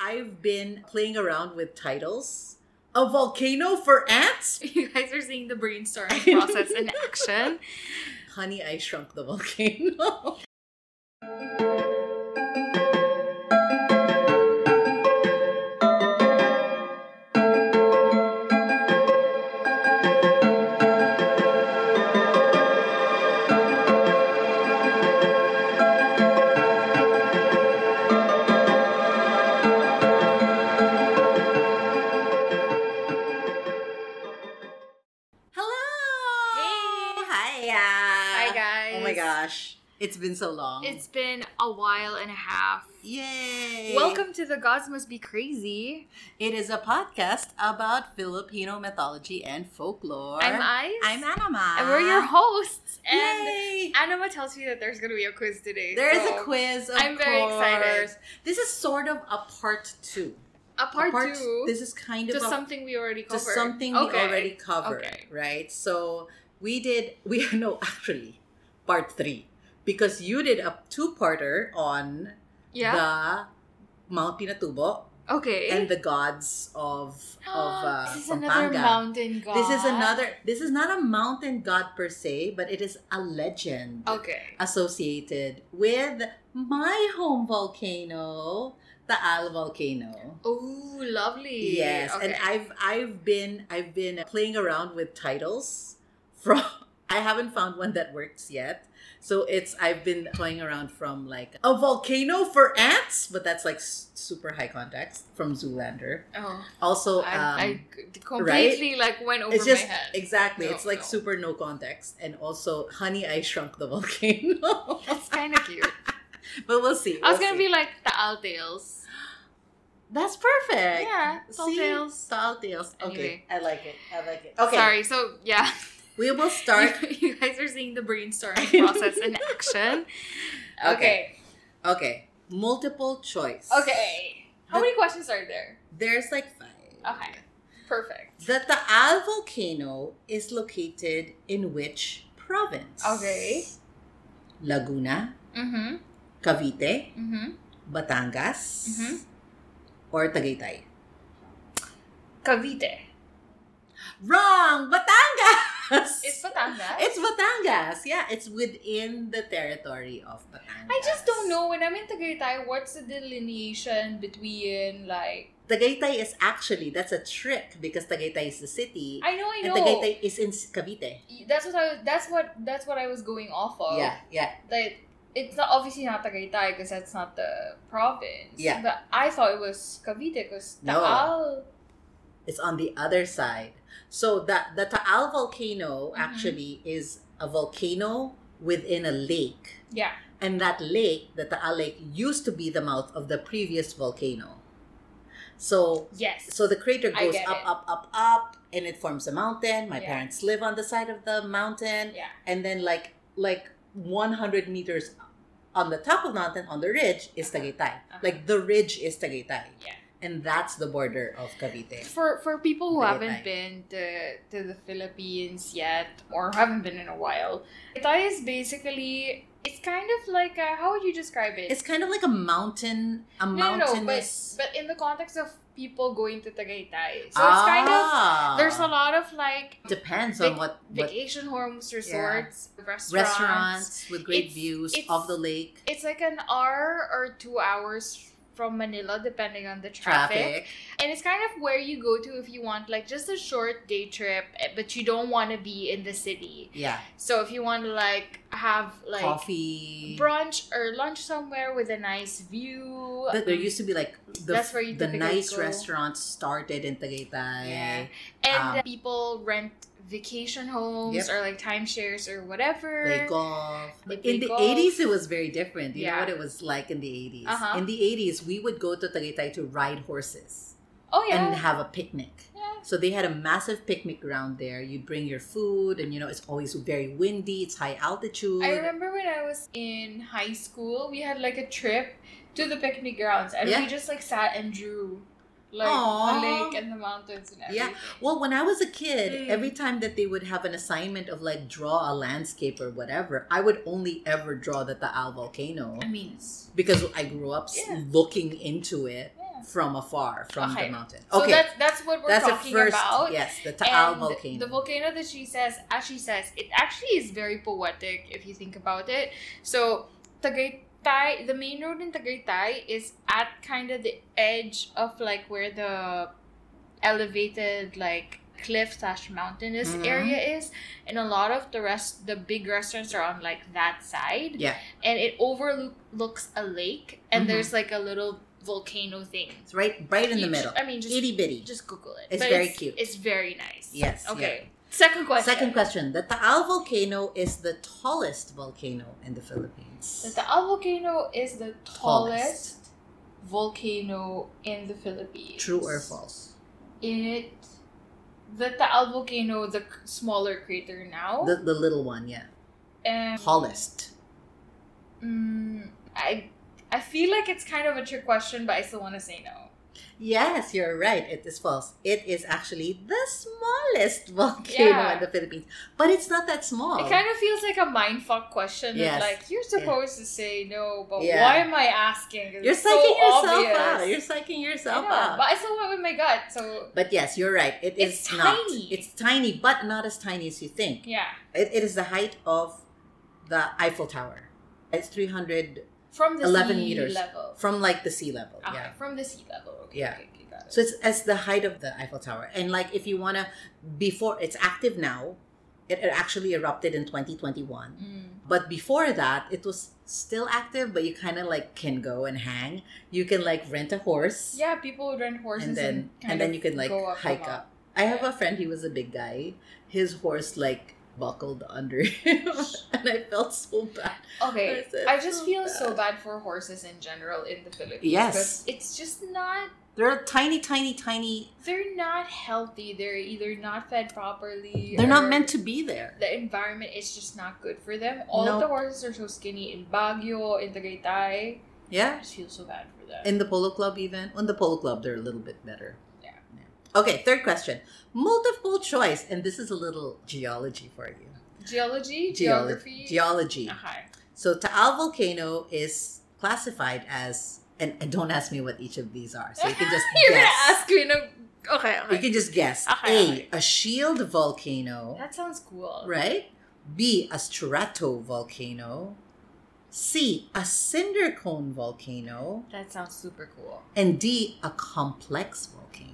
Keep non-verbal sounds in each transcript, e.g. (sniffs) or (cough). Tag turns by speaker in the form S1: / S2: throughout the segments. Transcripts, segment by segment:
S1: I've been playing around with titles. A volcano for ants?
S2: (laughs) You guys are seeing
S1: (laughs)
S2: the brainstorming process in action.
S1: Honey, I shrunk the volcano. (laughs) Hello! Hey! (laughs) Hi!
S2: Hi guys.
S1: Oh my gosh. It's been so long.
S2: Uh, It's been a while and a half.
S1: Yay!
S2: Welcome to the Gods Must Be Crazy.
S1: It is a podcast about Filipino mythology and folklore.
S2: I'm Ice.
S1: I'm Anima.
S2: and we're your hosts. And
S1: Yay!
S2: Anima tells me that there's gonna be a quiz today.
S1: There is
S2: so-
S1: a quiz. Of
S2: I'm very
S1: course.
S2: excited.
S1: This is sort of a part two.
S2: A part,
S1: a part
S2: two.
S1: This is kind of
S2: just
S1: a,
S2: something we already covered.
S1: just something we
S2: Okay.
S1: already covered,
S2: Okay.
S1: right? So we did. We (laughs) no actually part three because you did a two-parter on
S2: Yeah.
S1: the Mount Pinatubo
S2: okay. (gasps)
S1: and the gods of of uh,
S2: this is another
S1: Pampanga.
S2: mountain god.
S1: This is another. This is not a mountain god per se, but it is a legend
S2: Okay.
S1: associated with my home volcano, Taal volcano.
S2: Oh, lovely.
S1: Yes,
S2: Okay.
S1: and I've I've been I've been playing around with titles from (laughs) I haven't found one that works yet. So it's I've been playing around from like a volcano for ants, but that's like s- super high context from Zoolander.
S2: Oh,
S1: Also,
S2: I,
S1: um,
S2: I completely like went over
S1: it's just
S2: my head.
S1: exactly
S2: No,
S1: it's like
S2: no.
S1: super no context, and also honey, I shrunk the volcano. (laughs)
S2: That's kind of (laughs) cute.
S1: but we'll see.
S2: I was
S1: we'll
S2: gonna
S1: see.
S2: be like the Owl Tales.
S1: That's perfect.
S2: Yeah, Tall
S1: See?
S2: Tales.
S1: Tall tales. Okay,
S2: Anyway.
S1: I like it. I like it. Okay,
S2: Sorry. So yeah,
S1: We will start.
S2: (laughs) you guys are seeing the brainstorming (laughs) process in (laughs) action.
S1: Okay. Okay, multiple choice.
S2: Okay. Okay. How many questions are there?
S1: There's like five.
S2: Okay. Perfect.
S1: The Taal volcano is located in which province?
S2: Okay.
S1: Laguna,
S2: Mm-hmm.
S1: Cavite,
S2: Mm-hmm.
S1: Batangas,
S2: Mhm.
S1: or Tagaytay?
S2: Cavite.
S1: Wrong! Batangas!
S2: (laughs) It's Batangas.
S1: It's Batangas. Yeah, it's within the territory of Batangas.
S2: I just don't know when I'm in Tagaytay, what's the delineation between like
S1: Tagaytay is actually, that's a trick because Tagaytay is the city.
S2: I know I
S1: and
S2: know
S1: Tagaytay is in Cavite.
S2: that's what I was, that's what that's what I was going off of.
S1: Yeah, yeah.
S2: That it's not obviously not Tagaytay because that's not the province.
S1: Yeah.
S2: But I thought it was Cavite because
S1: No.
S2: Taal.
S1: It's on the other side. So the, the Taal volcano
S2: Mhm.
S1: actually is a volcano within a lake.
S2: Yeah.
S1: And that lake, the Taal Lake, used to be the mouth of the previous volcano. So
S2: Yes.
S1: so the crater
S2: I
S1: goes
S2: get
S1: up,
S2: it.
S1: up, up, up, and it forms a mountain. My
S2: Yeah.
S1: parents live on the side of the mountain.
S2: yeah.
S1: And then like like 100 meters on the top of the mountain, on the ridge, is Tagaytay. Like the ridge is Tagaytay.
S2: Uh-huh. Yeah.
S1: And that's the border of Cavite.
S2: For for people who
S1: Tagaytay.
S2: haven't been to, to the Philippines yet or haven't been in a while, Tagaytay is basically it's kind of like a, how would you describe it?
S1: It's kind of like a mountain, a
S2: no, no, no, but
S1: mountainous.
S2: but in the context of people going to Tagaytay, so it's kind of
S1: Ah.
S2: there's a lot of like
S1: Depends on
S2: Vac-
S1: what, what
S2: vacation homes, resorts, restaurants.
S1: restaurants with great
S2: It's-
S1: views
S2: it's-
S1: of the lake,
S2: It's like an hour or two hours from Manila, depending on the
S1: traffic.
S2: traffic. And it's kind of where you go to if you want like just a short day trip, eh, but you don't want to be in the city.
S1: Yeah.
S2: So if you want to like have like
S1: Coffee.
S2: brunch or lunch somewhere with a nice view, Mm.
S1: But there used to be like the,
S2: That's where you
S1: the
S2: typically
S1: nice
S2: go.
S1: restaurants started in Tagaytay.
S2: Yeah. and
S1: um,
S2: people rent vacation homes
S1: Yep.
S2: or like timeshares or whatever.
S1: Play golf.
S2: They play
S1: in the
S2: golf.
S1: 80s, it was very different. You know
S2: Yeah.
S1: what it was like in the 80s?
S2: Uh-huh.
S1: In the 80s, we would go to Tagaytay to ride horses
S2: oh yeah.
S1: and have a picnic.
S2: yeah.
S1: So they had a massive picnic ground there. You'd bring your food, and you know, it's always very windy, it's high altitude.
S2: I remember when I was in high school, we had like a trip to the picnic grounds, and
S1: Yeah.
S2: we just like sat and drew, like
S1: Aw.
S2: the lake and the mountains and
S1: Yeah.
S2: everything.
S1: Well, when I was a kid,
S2: Mm.
S1: every time that they would have an assignment of like draw a landscape or whatever, I would only ever draw the Taal volcano.
S2: I mean, it's-
S1: because I grew up s
S2: Yeah.
S1: looking into it
S2: yeah.
S1: from afar, from
S2: Okay.
S1: the mountain.
S2: So
S1: Okay,
S2: that's that's what we're
S1: that's the
S2: talking
S1: first.
S2: about.
S1: Yes, the Taal
S2: And
S1: volcano.
S2: the volcano that she says, as she says, it actually is very poetic if you think about it. So Tagaytay, the main road in Tagaytay is at kind of the edge of like where the elevated like cliff slash mountainous
S1: Mhm.
S2: area is, and a lot of the rest, the big restaurants are on like that side.
S1: Yeah.
S2: and it overlooks a lake, and
S1: Mhm.
S2: there's like a little volcano thing.
S1: it's right, right in the
S2: You
S1: middle.
S2: ju- I mean, just
S1: Itty bitty.
S2: just Google it.
S1: It's very cute.
S2: It's very nice.
S1: Yes,
S2: Okay. Second question.
S1: Second question: The Taal volcano is the tallest volcano in the Philippines.
S2: The Taal volcano is the tallest,
S1: Tallest.
S2: volcano in the Philippines.
S1: True or false?
S2: It, the Taal volcano, the c- smaller crater now.
S1: The, the little one, yeah.
S2: um,
S1: Tallest.
S2: mm, I, I feel like it's kind of a trick question, but I still want to say no.
S1: Yes, you're right. It is false. It is actually the smallest (laughs) volcano
S2: Yeah.
S1: in the Philippines, but it's not that small.
S2: It kind of feels like a mindfuck question.
S1: Oh. Yes.
S2: Of like you're supposed to say no, but
S1: Yeah.
S2: why am I asking? It's
S1: You're
S2: so
S1: psyching yourself
S2: obvious.
S1: out. You're psyching
S2: I
S1: yourself
S2: know,
S1: out.
S2: but I still went with my gut. So
S1: But yes, you're right. It is
S2: It's
S1: not.
S2: tiny.
S1: It's tiny, but not as tiny as you think.
S2: yeah,
S1: It, it is the height of the Eiffel Tower. It's 300
S2: from the
S1: 11
S2: sea
S1: meters.
S2: level. Ah,
S1: from like the sea level.
S2: Okay,
S1: Yeah.
S2: from the sea level. Okay,
S1: Yeah.
S2: okay, okay, got it.
S1: So it's as the height of the Eiffel Tower. And like if you want to, before it's active now, it, it actually erupted in 2021.
S2: Mm.
S1: But before that, it was still active, but you kind of like can go and hang. You can like rent a horse.
S2: Yeah, people would rent horses
S1: and
S2: and
S1: then
S2: kind
S1: and then
S2: of
S1: you can like
S2: go up
S1: hike
S2: and
S1: up. I have a friend. He was a big guy. His horse like buckled under (laughs) him, and I felt so bad. I
S2: Okay,
S1: said,
S2: I
S1: "So
S2: just feel
S1: bad."
S2: so bad for horses in general in the Philippines.
S1: Yes.
S2: 'cause it's just not.
S1: They're tiny, tiny, tiny.
S2: They're not healthy. They're either not fed properly.
S1: They're not
S2: or
S1: meant to be there.
S2: The environment is just not good for them. All
S1: No.
S2: of the horses are so skinny in Baguio, in Tagaytay. I
S1: Yeah.
S2: just feel so bad for them.
S1: In the polo club, even in the polo club, they're a little bit better.
S2: Yeah.
S1: Okay. Third question. Multiple choice, and this is a little geology for you.
S2: Geology,
S1: Geolo-
S2: geography.
S1: Geology.
S2: Okay.
S1: So Taal volcano is classified as, and, and don't ask me what each of these are. So you can just
S2: (laughs) You're
S1: guess.
S2: gonna ask me. No. Okay.
S1: You
S2: okay.
S1: can just guess. a,
S2: Okay, okay.
S1: a shield volcano,
S2: That sounds cool.
S1: right? B, a stratovolcano. C, a cinder cone volcano.
S2: That sounds super cool.
S1: And D, a complex volcano.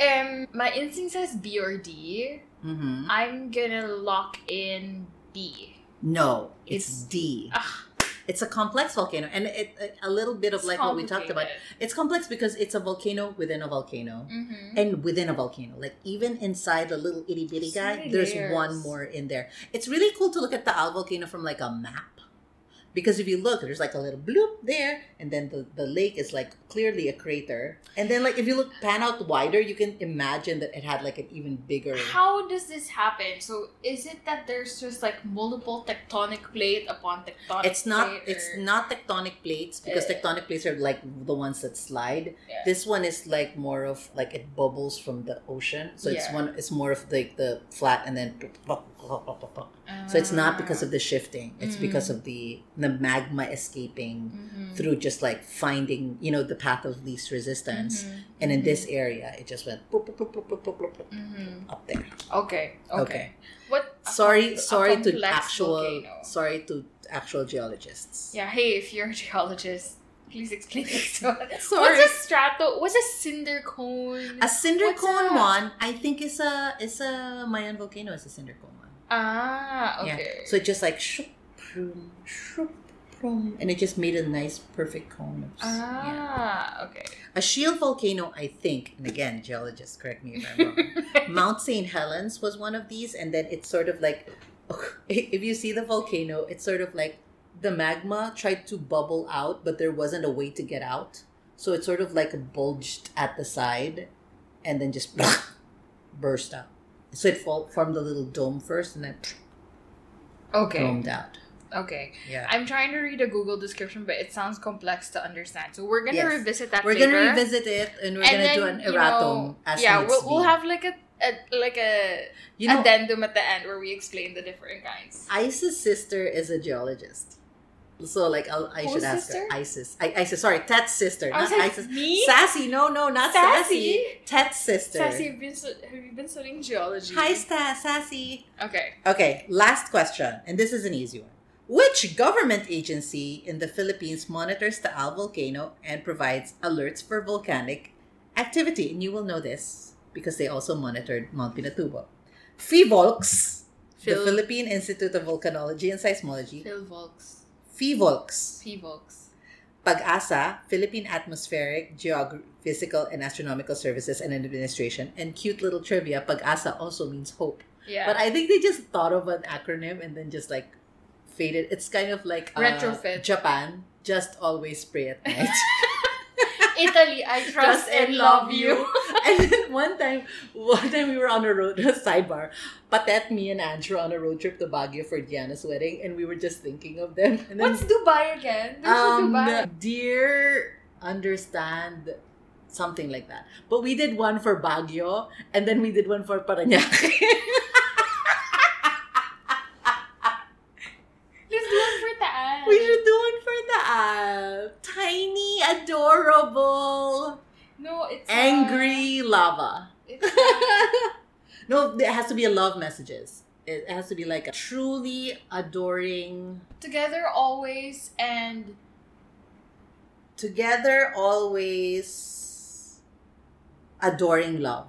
S2: Um, my instinct says B or D.
S1: hmm
S2: I'm gonna lock in B.
S1: No, it's,
S2: It's-
S1: D.
S2: Ah.
S1: It's a complex volcano, and it, it- a little bit of like what we talked about. It's complex because it's a volcano within a volcano.
S2: Mm-hmm.
S1: and within a volcano like even inside the little itty bitty
S2: So
S1: guy
S2: many
S1: there's
S2: layers.
S1: one more in there it's really cool to look at the al volcano from like a map because if you look there's like a little bloop there and then the, the lake is like clearly a crater and then like if you look pan out wider you can imagine that it had like an even bigger
S2: How does this happen? So is it that there's just like multiple tectonic plate upon tectonic?
S1: it's not
S2: plate,
S1: it's
S2: or-
S1: not tectonic plates because
S2: Uh.
S1: tectonic plates are like the ones that slide
S2: Yeah.
S1: this one is like more of like it bubbles from the ocean so it's
S2: Yeah.
S1: one it's more of like the flat and then So it's not because of the shifting. It's
S2: Ah. Mm.
S1: because of the the magma escaping
S2: Mhm.
S1: through just like finding, you know, the path of least resistance.
S2: Mhm.
S1: And in
S2: Mhm.
S1: this area, it just went boop, boop, boop, boop, boop, boop, boop, boop,
S2: Mhm.
S1: up there.
S2: Okay. Okay.
S1: Okay.
S2: What?
S1: Sorry,
S2: a
S1: sorry to
S2: complex
S1: actual
S2: volcano.
S1: sorry to actual geologists.
S2: Yeah. Hey, if you're a geologist, please explain (laughs) this to us.
S1: (laughs) Sorry.
S2: What's a strato? What's a cinder cone?
S1: a cinder
S2: What's
S1: cone
S2: a-
S1: one, I think is a is a Mayan volcano is a cinder cone one.
S2: ah, okay.
S1: So it just like shoop, prum, shoop, prum, and it just made a nice perfect cone. Of, s- yeah.
S2: ah, okay.
S1: A shield volcano, I think, and again, geologists, correct me if I'm wrong.
S2: (laughs)
S1: Mount St. Helens was one of these, and then it's sort of like oh, (laughs) if you see the volcano, it's sort of like the magma tried to bubble out, but there wasn't a way to get out. So it sort of like bulged at the side and then just (laughs) burst out. So it fall, formed a little dome first and then (sniffs)
S2: okay.
S1: domed out.
S2: Okay.
S1: Um, Yeah.
S2: I'm trying to read a Google description, but it sounds complex to understand. So we're gonna
S1: Yes.
S2: revisit that.
S1: We're
S2: later.
S1: going to revisit it and we're
S2: And
S1: going to do
S2: then,
S1: an
S2: you
S1: erratum
S2: know,
S1: as
S2: yeah,
S1: needs
S2: we'll, we'll
S1: be.
S2: have like a, a like a
S1: you know,
S2: addendum at the end where we explain the different kinds.
S1: Ice's sister is a geologist. So like I'll, I
S2: Whose
S1: should ask
S2: sister?
S1: her Isis. I, Isis, sorry, Tet's sister,
S2: I was
S1: not
S2: like,
S1: Isis.
S2: me?
S1: Sassy, no, no, not sassy.
S2: Sassy?
S1: Tet's sister.
S2: Sassy, have you been, stu- have you been studying geology?
S1: Hi, Sta- Sassy.
S2: Okay.
S1: Okay, last question, and this is an easy one. Which government agency in the Philippines monitors Taal volcano and provides alerts for volcanic activity? And you will know this because they also monitored Mount Pinatubo. FIVOLCS,
S2: Phil,
S1: the Philippine Institute of Volcanology and Seismology.
S2: Phil Volks.
S1: FIVOLCS.
S2: P Volks.
S1: PAGASA, Philippine Atmospheric, Geophysical, and Astronomical Services and Administration. And cute little trivia, PAGASA also means hope.
S2: Yeah.
S1: But I think they just thought of an acronym and then just like faded. It's kind of like uh,
S2: Retrofit.
S1: Japan, just always pray at
S2: (laughs)
S1: night.
S2: (laughs) Italy, I trust, and love you. (laughs)
S1: (laughs) and then one time, one time we were on a road (laughs) sidebar. Patet, me, and Ange were on a road trip to Baguio for Diana's wedding, and we were just thinking of them. And then,
S2: What's Dubai again? There's
S1: um,
S2: a Dubai.
S1: dear, understand. Something like that. But we did one for Baguio and then we did one for Paranaque.
S2: Let's do it for
S1: (laughs)
S2: Taan.
S1: We should do one for the uh, tiny, adorable,
S2: No, it's uh,
S1: angry lava.
S2: it's, uh,
S1: no, it has to be a love messages. It has to be like a truly adoring,
S2: together always and
S1: together always adoring love.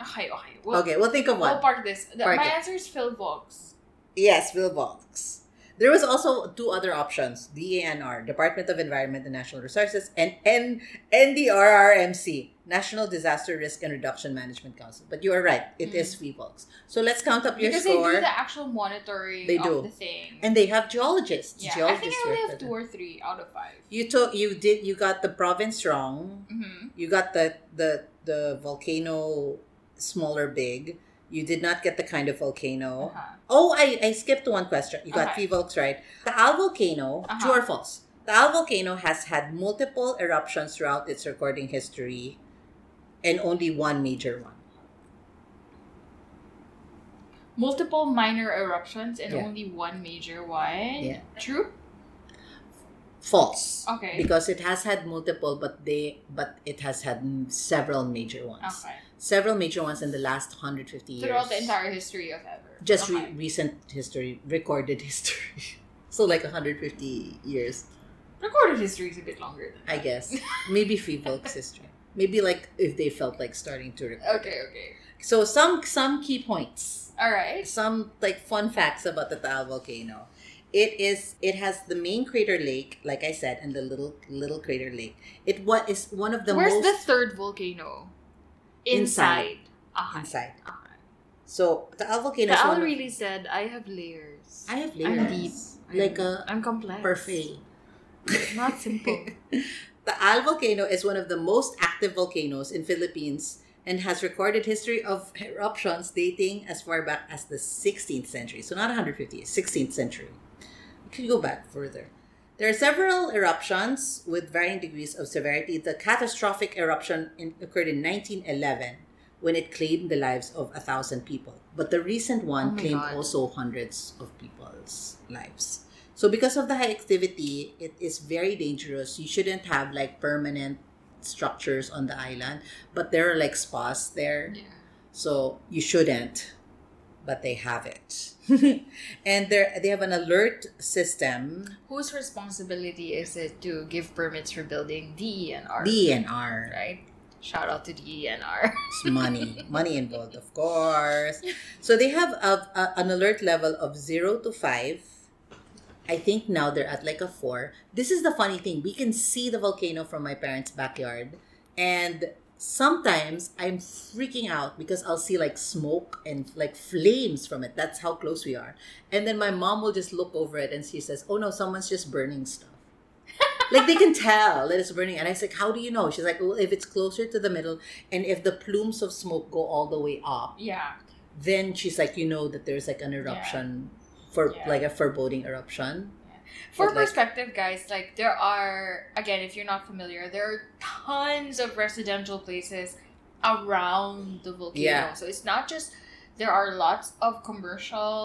S2: okay, okay. We'll,
S1: Okay, we'll think of
S2: We'll
S1: one.
S2: park this. The-
S1: Park
S2: my
S1: it.
S2: answer is Phil Volks.
S1: Yes, Vilvox. There was also two other options: DANR, Department of Environment and National Resources, and N- NDRRMC, National Disaster Risk and Reduction Management Council. But you are right; it
S2: Mm.
S1: is Vilvox. So let's count up your
S2: Because
S1: score.
S2: they do the actual monitoring
S1: They
S2: of
S1: do.
S2: the thing.
S1: and they have geologists.
S2: yeah, I
S1: geologists
S2: think I
S1: work
S2: only
S1: for
S2: have two
S1: them.
S2: or three out of five.
S1: You took, you did, you got the province wrong.
S2: Mm-hmm.
S1: You got the the the volcano small or big. You did not get the kind of volcano.
S2: Uh-huh.
S1: Oh, I, I skipped one question. You got
S2: Okay.
S1: three volcanoes right. Taal volcano,
S2: Uh-huh.
S1: true or false? Taal volcano has had multiple eruptions throughout its recording history, and only one major one.
S2: Multiple minor eruptions and
S1: Yeah.
S2: only one major one.
S1: Yeah.
S2: True?
S1: False.
S2: Okay.
S1: Because it has had multiple, but they but it has had m- several major ones.
S2: Okay.
S1: Several major ones in the last 150 years.
S2: Throughout the entire history of ever.
S1: Just re-
S2: okay.
S1: recent history, recorded history. (laughs) so like 150 years.
S2: recorded history is a bit longer than
S1: I
S2: (laughs)
S1: guess. Maybe Feebolk's sister. Maybe like if they felt like starting to record.
S2: Okay, okay.
S1: So some some key points.
S2: All right.
S1: Some like fun facts about the Taal volcano. It is it has the main crater lake, like I said, and the little little crater lake. It what is one of the
S2: Where's
S1: most
S2: the third volcano?
S1: Inside.
S2: Inside. Uh-huh.
S1: inside.
S2: Okay.
S1: So Taal volcano
S2: The
S1: is one
S2: owl
S1: of-
S2: really said, I have layers.
S1: I have
S2: I'm
S1: layers.
S2: deep.
S1: Like
S2: I'm,
S1: a
S2: I'm complex.
S1: Perfect.
S2: Not simple.
S1: (laughs) Taal volcano is one of the most active volcanoes in Philippines and has recorded history of eruptions dating as far back as the 16th century. So not 150, 16th century. You could go back further. There are several eruptions with varying degrees of severity. The catastrophic eruption in, occurred in 1911 when it claimed the lives of a thousand people. But the recent one
S2: Oh my
S1: claimed
S2: God.
S1: also hundreds of people's lives. So because of the high activity, it is very dangerous. You shouldn't have like permanent structures on the island, but there are like spas there.
S2: yeah.
S1: So you shouldn't, but they have it. (laughs) and they they have an alert system,
S2: Whose responsibility is it to give permits for building DENR?
S1: E DNR.
S2: right? Shout out to E DENR.
S1: It's money, money involved, of course. So they have a, a, an alert level of zero to five. I think now they're at like a four. This is the funny thing. We can see the volcano from my parents' backyard, and sometimes I'm freaking out because I'll see like smoke and like flames from it. That's how close we are. And then my mom will just look over it and she says, "Oh no, someone's just burning stuff." (laughs) like they can tell that it's burning. And I said, "How do you know?" She's like, "Well, if it's closer to the middle, and if the plumes of smoke go all the way up."
S2: (laughs) yeah.
S1: then she's like, you know that there's like an eruption for
S2: Yeah.
S1: like a foreboding eruption. But,
S2: For
S1: like-
S2: perspective, guys, like there are again, if you're not familiar, there are tons of residential places around the volcano.
S1: Yeah.
S2: So it's not just there are lots of commercial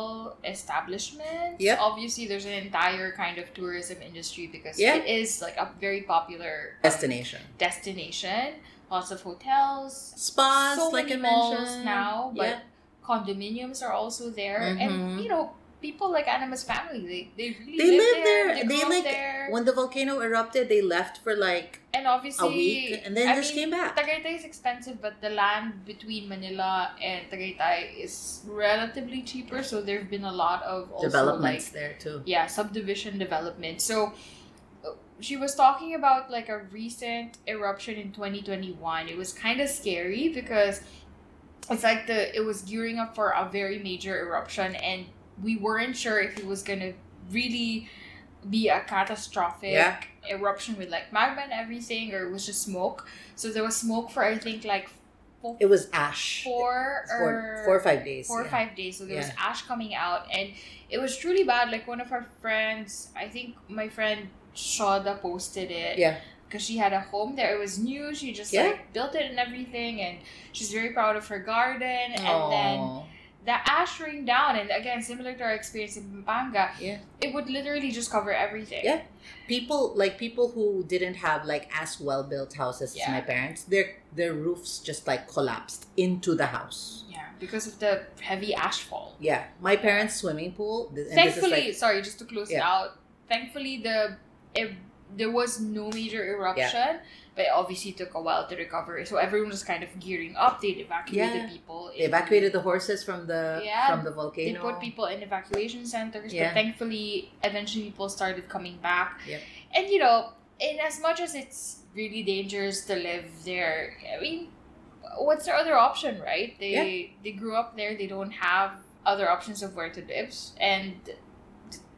S2: establishments.
S1: Yep.
S2: Obviously, there's an entire kind of tourism industry because
S1: Yeah.
S2: it is like a very popular um,
S1: destination.
S2: destination. Lots of hotels,
S1: Spas,
S2: so
S1: like I
S2: many
S1: mentioned
S2: malls now, but
S1: Yeah.
S2: condominiums are also there,
S1: Mhm.
S2: and you know people like Anima's family, they they really
S1: They
S2: live,
S1: live
S2: there.
S1: there.
S2: They,
S1: They,
S2: grew up
S1: like,
S2: there,
S1: when the volcano erupted, they left for like
S2: and obviously
S1: a week and then
S2: I
S1: just
S2: mean,
S1: came back.
S2: Tagaytay is expensive, but the land between Manila and Tagaytay is relatively cheaper, so there have been a lot of also
S1: Developments
S2: like
S1: there too.
S2: yeah subdivision development. So uh, she was talking about like a recent eruption in 2021. It was kind of scary because it's like the it was gearing up for a very major eruption, and we weren't sure if it was gonna really be a catastrophic
S1: Yeah.
S2: eruption with like magma and everything, or it was just smoke. So there was smoke for I think like four,
S1: It was ash.
S2: four
S1: Four,
S2: or
S1: four or five days.
S2: four or
S1: yeah.
S2: five days. So there was
S1: Yeah.
S2: ash coming out, and it was truly bad. Like one of our friends, I think my friend Shada posted it.
S1: Yeah.
S2: Because she had a home there. It was new. She just
S1: Yeah.
S2: like built it and everything, and she's very proud of her garden. And then
S1: Aw.
S2: the ash rained down, and again, similar to our experience in Pampanga,
S1: Yeah.
S2: it would literally just cover everything.
S1: Yeah. people like people who didn't have like as well built houses as
S2: Yeah.
S1: my parents, their their roofs just like collapsed into the house.
S2: Yeah, because of the heavy ash fall.
S1: Yeah, my parents' swimming pool. th- and this is,
S2: thankfully
S1: like-
S2: sorry just to close it
S1: Yeah.
S2: out thankfully the if there was no major eruption but it obviously took a while to recover so everyone was kind of gearing up they evacuated
S1: Yeah.
S2: people
S1: they evacuated the horses from the
S2: Yeah,
S1: from the
S2: they
S1: volcano.
S2: put people in evacuation centers
S1: Yeah.
S2: but thankfully eventually people started coming back
S1: Yep.
S2: and you know in as much as it's really dangerous to live there i mean what's their other option right they they grew up there they don't have other options of where to live and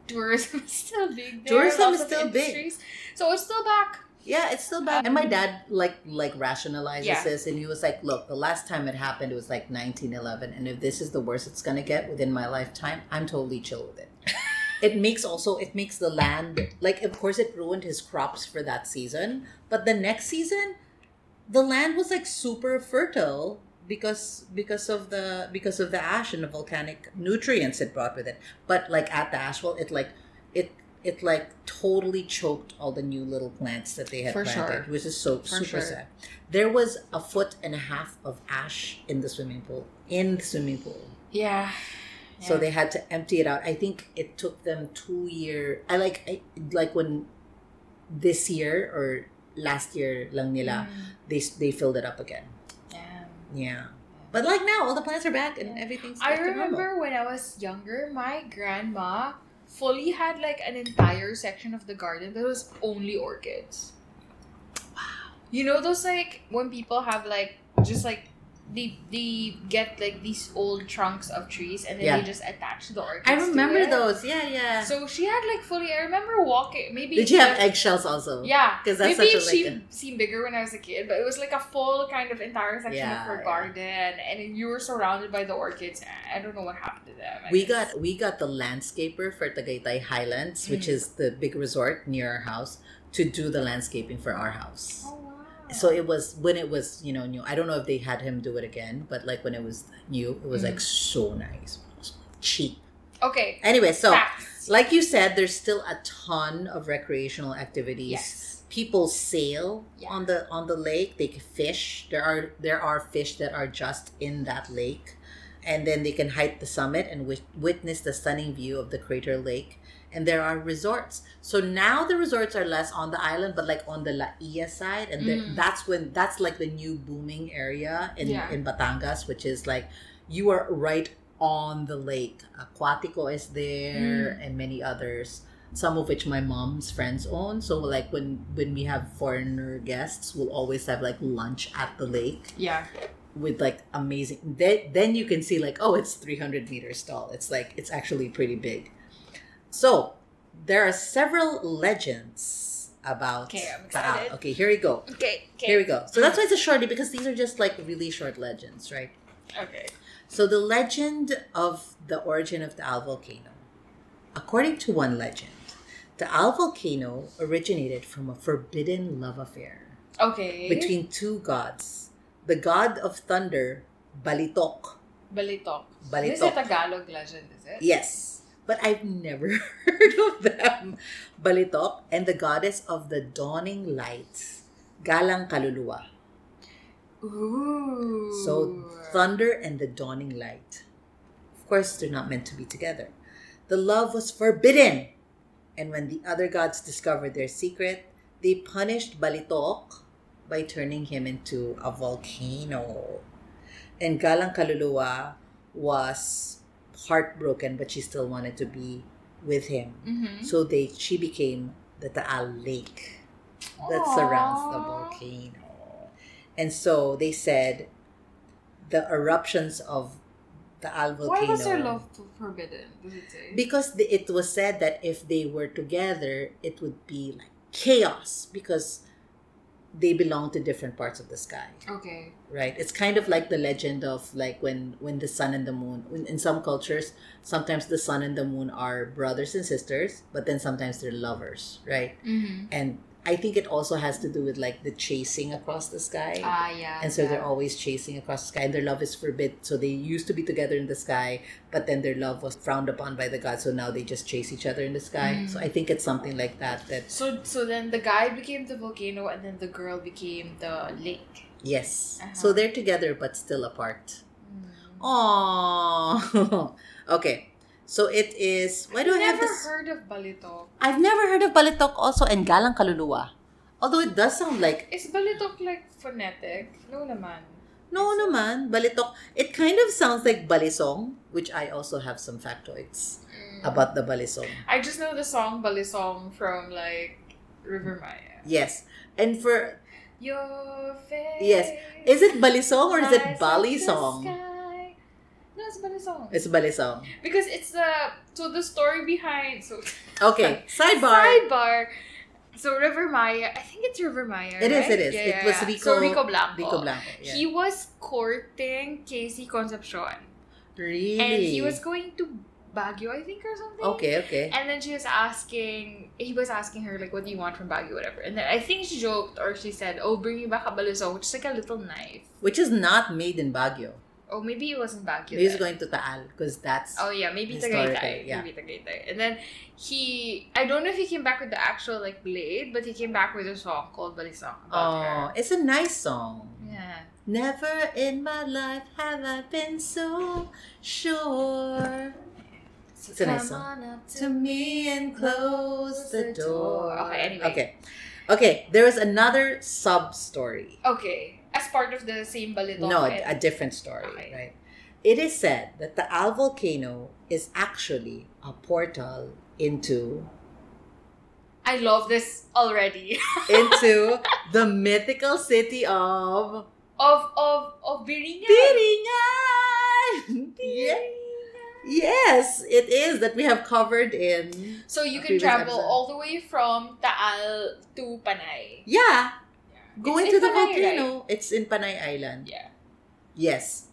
S2: tourism (laughs) is still big there,
S1: Tourism
S2: lots
S1: is
S2: of
S1: still big.
S2: industries. so it's still back
S1: yeah, it's still bad.
S2: Um,
S1: and my dad like like rationalizes
S2: Yeah.
S1: this, and he was like, "Look, the last time it happened, it was like 1911, and if this is the worst it's gonna get within my lifetime, I'm totally chill
S2: (laughs)
S1: with it." it makes also it makes the land like of course it ruined his crops for that season, but the next season, the land was like super fertile because because of the because of the ash and the volcanic nutrients it brought with it. But like at the ashwell, it like it it like totally choked all the new little plants that they had
S2: For
S1: planted,
S2: sure.
S1: which is so
S2: For
S1: super
S2: sure.
S1: sad. There was a foot and a half of ash in the swimming pool. In the swimming pool.
S2: yeah,
S1: So they had to empty it out. I think it took them two year. I like I, like when this year or last year lang
S2: Mm-hmm.
S1: nila
S2: Mm,
S1: they they filled it up again. Yeah. But like now, all the plants are back and everything's.
S2: I
S1: back to normal.
S2: remember when I was younger, my grandma fully had like an entire section of the garden that was only orchids. Wow. You know those like when people have like just like they they get like these old trunks of trees and then
S1: Yeah.
S2: they just attach the orchids.
S1: I
S2: to
S1: remember
S2: it?
S1: those. Yeah, yeah.
S2: So she had like fully. I remember walking. Maybe
S1: Did you have
S2: just-
S1: eggshells also?
S2: Yeah,
S1: 'Cause that's such a,
S2: maybe it
S1: like,
S2: seemed, seemed bigger when I was a kid, but it was like a full kind of entire section
S1: Yeah,
S2: of her
S1: yeah.
S2: garden, and then you were surrounded by the orchids. I don't know what happened to them. I
S1: We
S2: guess.
S1: got we got the landscaper for Tagaytay Highlands, which
S2: Mm.
S1: is the big resort near our house, to do the landscaping for our house.
S2: Oh wow!
S1: So it was when it was you know new. I don't know if they had him do it again, but like when it was new, it was like so nice, cheap.
S2: okay,
S1: Anyway, so
S2: facts.
S1: like you said, there's still a ton of recreational activities.
S2: yes,
S1: People sail
S2: Yeah.
S1: on the on the lake. They can fish. There are there are fish that are just in that lake, and then they can hike the summit and wit- witness the stunning view of the crater lake. And there are resorts. So now the resorts are less on the island, but like on the La Ia side, and the-
S2: Mm.
S1: that's when that's like the new booming area in
S2: Yeah.
S1: in Batangas, which is like you are right on the lake. Aquatico is
S2: Mm.
S1: there, and many others some of which my mom's friends own. So like when when we have foreigner guests, we'll always have like lunch at the lake
S2: yeah,
S1: with like amazing. Then then you can see like oh, it's three hundred meters tall. It's like it's actually pretty big. So there are several legends about
S2: Okay, I'm
S1: Taal.
S2: excited.
S1: Okay, here we go.
S2: okay, okay, Mm.
S1: Here we go. So that's why it's a shorty because these are just like really short legends, right?
S2: okay,
S1: So the legend of the origin of the Al volcano. According to one legend, the Al volcano originated from a forbidden love affair
S2: okay,
S1: between two gods, the god of thunder, Balitok,
S2: Balitok. This is a
S1: Balitok.
S2: Tagalog legend, is it?
S1: Yes. But I've never (laughs) heard of them. Balitok and the goddess of the dawning light, Galang Kaluluwa.
S2: Ooh.
S1: So, thunder and the dawning light. Of course, they're not meant to be together. The love was forbidden. And when the other gods discovered their secret, they punished Balitok by turning him into a volcano. And Galang Kaluluwa was heartbroken, but she still wanted to be with him.
S2: Mhm.
S1: So they she became the Taal Lake that surrounds the
S2: Aw.
S1: volcano. And so they said the eruptions of Taal volcano.
S2: Why was their love f- forbidden? Does it say?
S1: Because the, it was said that if they were together, it would be like chaos because they belong to different parts of the sky,
S2: okay.
S1: right? It's kind of like the legend of like when when the sun and the moon. When, in some cultures, sometimes the sun and the moon are brothers and sisters, but then sometimes they're lovers, right?
S2: Mm-hmm.
S1: and I think it also has to do with like the chasing across the sky.
S2: Ah, yeah.
S1: and so
S2: yeah.
S1: they're always chasing across the sky, and their love is forbid. So they used to be together in the sky, but then their love was frowned upon by the gods. So now they just chase each other in the sky.
S2: Mm.
S1: So I think it's something like that. That
S2: So so then the guy became the volcano and then the girl became the lake.
S1: yes,
S2: Uh-huh.
S1: so they're together but still apart. Aww. (laughs) okay, so it is. Why do I
S2: I've
S1: have
S2: never
S1: this?
S2: heard of Balitok.
S1: I've never heard of Balitok also and Galang Kaluluwa. Although it does sound like
S2: Is Balitok like phonetic? No naman.
S1: No naman, balitok. It kind of sounds like balisong, which I also have some factoids about the balisong.
S2: I just know the song Balisong from like River Maya.
S1: Yes. And for
S2: Your face.
S1: Yes. is it balisong or is it
S2: lies
S1: Bali
S2: in the
S1: song?
S2: sky. No, it's Balisong.
S1: It's balisong.
S2: because it's the so the story behind so (laughs)
S1: Okay, sidebar.
S2: sidebar. So River Maya, I think it's River Maya.
S1: It is,
S2: right?
S1: it is. It
S2: Yeah, yeah,
S1: was
S2: yeah.
S1: Rico-
S2: so Rico Blanco.
S1: Rico Blanco. yeah.
S2: Oh, He was courting Casey Concepcion,
S1: really?
S2: and he was going to Baguio, I think, or something.
S1: okay, okay.
S2: And then she was asking, he was asking her like, "What do you want from Baguio, whatever?" And then I think she joked or she said, "Oh, bring me back a baluso, which is like a little knife."
S1: Which is not made in Baguio.
S2: Oh, maybe it wasn't Baguio.
S1: He's going
S2: then.
S1: to Taal because that's
S2: Oh yeah, maybe
S1: Historical,
S2: Tagaytay.
S1: yeah.
S2: Maybe Tagaytay. And then he I don't know if he came back with the actual like blade, but he came back with a song called Balisong about
S1: Oh,
S2: her.
S1: it's a nice song.
S2: Yeah.
S1: Never in my life have I been so sure.
S2: So
S1: It's a nice song.
S2: on up
S1: to me and close the door.
S2: Okay, anyway.
S1: Okay. Okay, there is another sub story.
S2: Okay. As part of the same Balitong.
S1: No, a,
S2: and-
S1: a different story,
S2: Okay.
S1: right? It is said that the Taal volcano is actually a portal
S2: (laughs)
S1: into
S2: I love this already. (laughs)
S1: into the mythical city of
S2: of of of Biringan.
S1: Piringan. Yeah. Yes, it is that we have covered in
S2: So you
S1: A
S2: can
S1: previous
S2: travel
S1: episode.
S2: all the way from Taal to Panay.
S1: yeah,
S2: Yeah.
S1: going
S2: It's
S1: to
S2: in
S1: the
S2: Panay,
S1: volcano.
S2: right?
S1: It's in Panay Island.
S2: Yeah.
S1: Yes.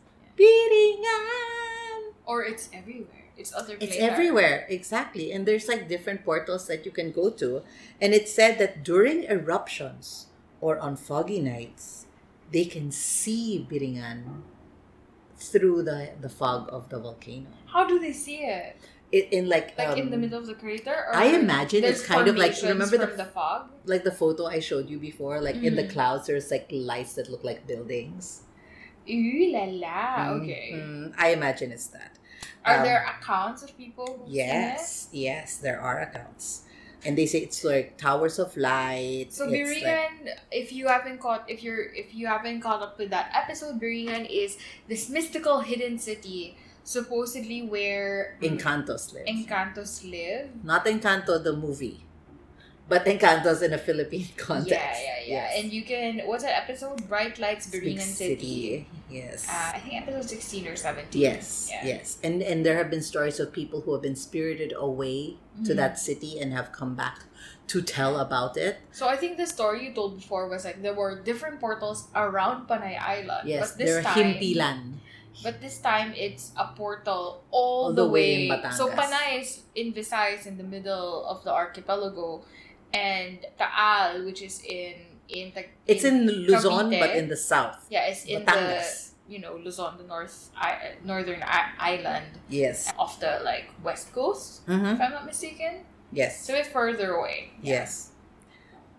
S1: Piringan.
S2: Or it's everywhere. It's other
S1: It's
S2: places.
S1: everywhere, exactly. And there's like different portals that you can go to. And it said that during eruptions or on foggy nights, they can see Biringan through the, the fog of the volcano.
S2: How do they see it?
S1: It, in like
S2: Like in
S1: um,
S2: the middle of the crater? Or
S1: I imagine
S2: there's
S1: it's kind of like
S2: formations
S1: remember
S2: from the,
S1: the
S2: fog?
S1: like the photo I showed you before, like in the
S2: Mm.
S1: clouds there's like lights that look like buildings.
S2: Ooh la la. Ah, Okay.
S1: Mhm. I imagine it's that.
S2: Are
S1: Um,
S2: there accounts of people who've seen
S1: Yes, yes, there are accounts. And they say it's like towers of light.
S2: it? So
S1: it's like-
S2: Biringan, if you haven't caught if you're if you haven't caught up with that episode, Biringan is this mystical hidden city supposedly where
S1: Encantos lives.
S2: Encantos live.
S1: Not Encanto the movie, but Encantos in a Philippine (laughs) context.
S2: Yeah, yeah, yeah.
S1: Yes.
S2: And you can what's that episode? Bright Lights
S1: Big
S2: Biringan City.
S1: Yes.
S2: Uh, I think episode sixteen or seventeen.
S1: yes.
S2: yeah.
S1: Yes. And and there have been stories of people who have been spirited away to
S2: Mhm.
S1: that city and have come back to tell about it.
S2: So I think the story you told before was like there were different portals around Panay Island.
S1: Yes.
S2: but
S1: There
S2: this
S1: are
S2: time,
S1: himpilan.
S2: But this time it's a portal all, the, way.
S1: in Batangas.
S2: so Panay is in Visayas in the middle of the archipelago, and Taal, which is in in Tag-
S1: It's in Luzon,
S2: Cavite.
S1: but in the south.
S2: yeah, it's in
S1: Batangas.
S2: the you know Luzon, the north I, northern I- island
S1: Yes.
S2: off the like west coast,
S1: Mm-hmm.
S2: if I'm not mistaken.
S1: Yes.
S2: It's a bit further away.
S1: Yes.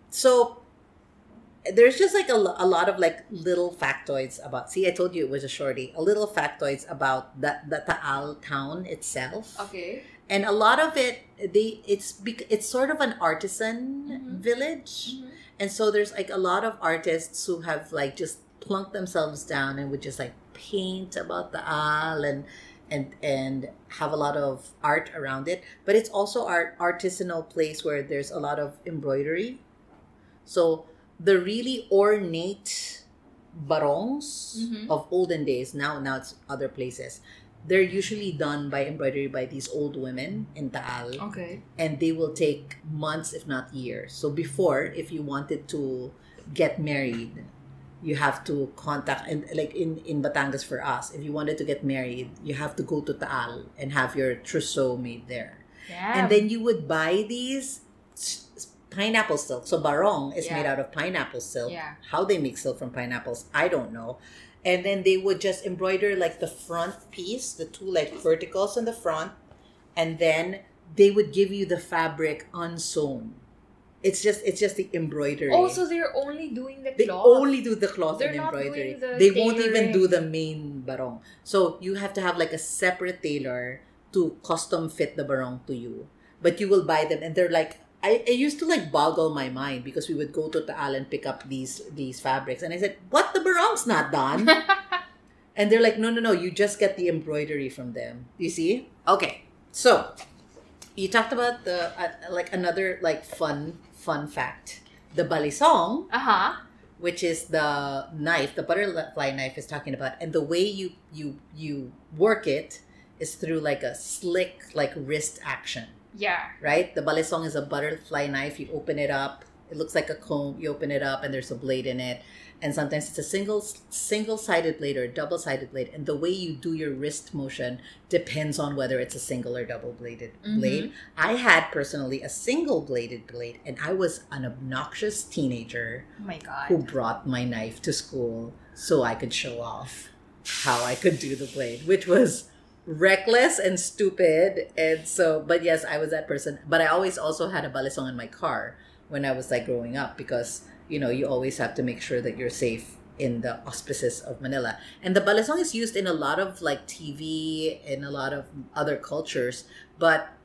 S1: So there's just like a, lo- a lot of like little factoids about. See, I told you it was a shorty. A little factoids about the the Taal town itself,
S2: Okay.
S1: and a lot of it they it's bec- it's sort of an artisan
S2: Mhm.
S1: village,
S2: Mhm.
S1: and so there's like a lot of artists who have like just plunked themselves down and would just like paint about the Taal and. And, and have a lot of art around it, but it's also art artisanal place where there's a lot of embroidery. So the really ornate barongs
S2: Mhm.
S1: of olden days, now now it's other places, they're usually done by embroidery by these old women in Taal.
S2: Okay.
S1: And they will take months, if not years. So before, if you wanted to get married, you have to contact and like in, in Batangas for us, if you wanted to get married, you have to go to Taal and have your trousseau made there
S2: Yeah.
S1: and then you would buy these s- s- pineapple silk. So barong is
S2: Yeah.
S1: made out of pineapple silk.
S2: Yeah.
S1: How they make silk from pineapples, I don't know. And then they would just embroider like the front piece, the two like verticals on the front, and then they would give you the fabric unsewn. It's just it's just the embroidery.
S2: also they're only doing the
S1: They
S2: cloth.
S1: only do the cloth
S2: They're
S1: and
S2: not doing
S1: embroidery.
S2: the
S1: they won't even
S2: tailoring.
S1: do the main barong. So you have to have like a separate tailor to custom fit the barong to you. But you will buy them and they're like I, I used to like boggle my mind because we would go to Taal and pick up these these fabrics and I said, What the barong's not
S2: (laughs)
S1: done? and they're like, No no no, you just get the embroidery from them. You see? Okay. So you talked about the uh, like another like fun fun fact. The balisong
S2: uh huh.
S1: which is the knife, the butterfly knife is talking about, and the way you you you work it is through like a slick like wrist action,
S2: Yeah.
S1: right? The balisong is a butterfly knife. You open it up, it looks like a comb. You open it up, and there's a blade in it, and sometimes it's a single single sided blade or a double sided blade. And the way you do your wrist motion depends on whether it's a single or double bladed
S2: Mhm.
S1: blade. I had personally a single bladed blade, and I was an obnoxious teenager
S2: Oh my god.
S1: who brought my knife to school so I could show off how I could do the blade, which was reckless and stupid. And so, but yes, I was that person. But I always also had a balisong in my car when I was like growing up because, you know, you always have to make sure that you're safe in the auspices of Manila. And the balisong is used in a lot of like TV and a lot of other cultures, but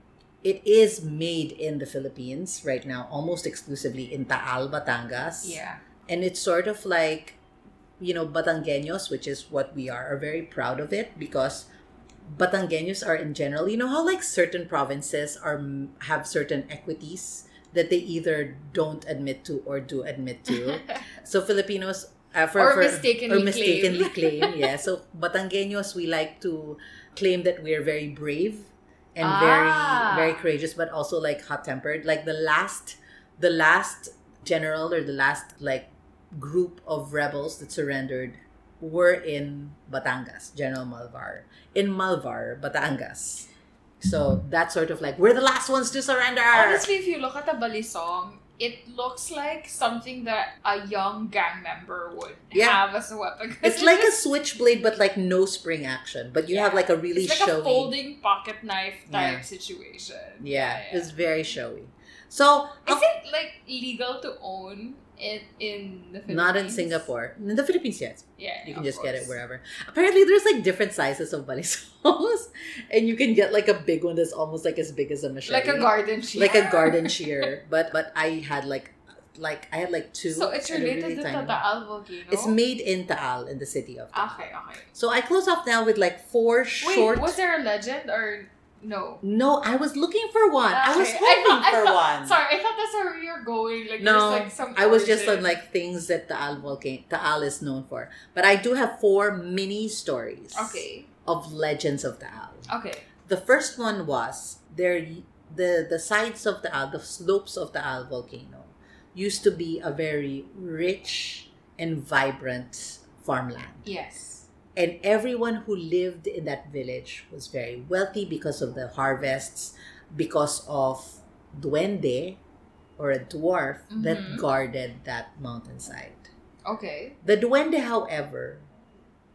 S1: it is made in the Philippines right now, almost exclusively in Taal, Batangas
S2: Yeah.
S1: and it's sort of like you know Batangueños, which is what we are, are very proud of it because Batangueños are in general, you know how like certain provinces are have certain equities that they either don't admit to or do admit
S2: (laughs)
S1: to. so Filipinos uh, for,
S2: or
S1: for-
S2: mistakenly,
S1: or mistakenly
S2: claim.
S1: claim.
S2: (laughs)
S1: yeah. So Batangueños, we like to claim that we are very brave and
S2: Ah.
S1: very very courageous, but also like hot tempered. Like the last, the last general or the last like group of rebels that surrendered were in Batangas, General Malvar, in Malvar, Batangas. So that's sort of like we're the last ones to surrender.
S2: Honestly, if you look at the balisong, it looks like something that a young gang member would
S1: Yeah.
S2: have as a weapon. 'Cause
S1: it's like a
S2: just-
S1: switchblade, but like no spring action. But you
S2: Yeah.
S1: have like a really
S2: it's like
S1: showy.
S2: a folding pocket knife
S1: Yeah.
S2: type situation.
S1: Yeah,
S2: yeah.
S1: it's very showy. So
S2: Is it like legal to own it in the Philippines?
S1: not in Singapore, in the Philippines, yes,
S2: Yeah,
S1: you can
S2: of
S1: just get it
S2: course.
S1: wherever. Apparently, there's like different sizes of balisongs, (laughs) and you can get like a big one that's almost like as big as a machete,
S2: Like a garden shear.
S1: like a garden shear. But but I had like like I had like two.
S2: (laughs) So it's
S1: and a really
S2: related to
S1: tiny
S2: the
S1: one.
S2: Taal volcano.
S1: It's made in Taal, in the city of. Taal.
S2: Okay, okay.
S1: So I close off now with like four
S2: Wait,
S1: short.
S2: was there a legend or no?
S1: no, I was looking for one. I was
S2: Okay.
S1: hoping
S2: thought- I
S1: for
S2: thought-
S1: one.
S2: Sorry, I thought that's where you were going. Like,
S1: No,
S2: there's, like, some
S1: I was just on
S2: origin.
S1: like things that Taal volcano Taal is known for. But I do have four mini stories
S2: Okay,
S1: of legends of Taal.
S2: okay.
S1: The first one was there the the sides of Taal, the slopes of Taal volcano used to be a very rich and vibrant farmland.
S2: Yes.
S1: And everyone who lived in that village was very wealthy because of the harvests, because of duende or a dwarf that
S2: Mhm.
S1: guarded that mountainside.
S2: Okay.
S1: The duende, however,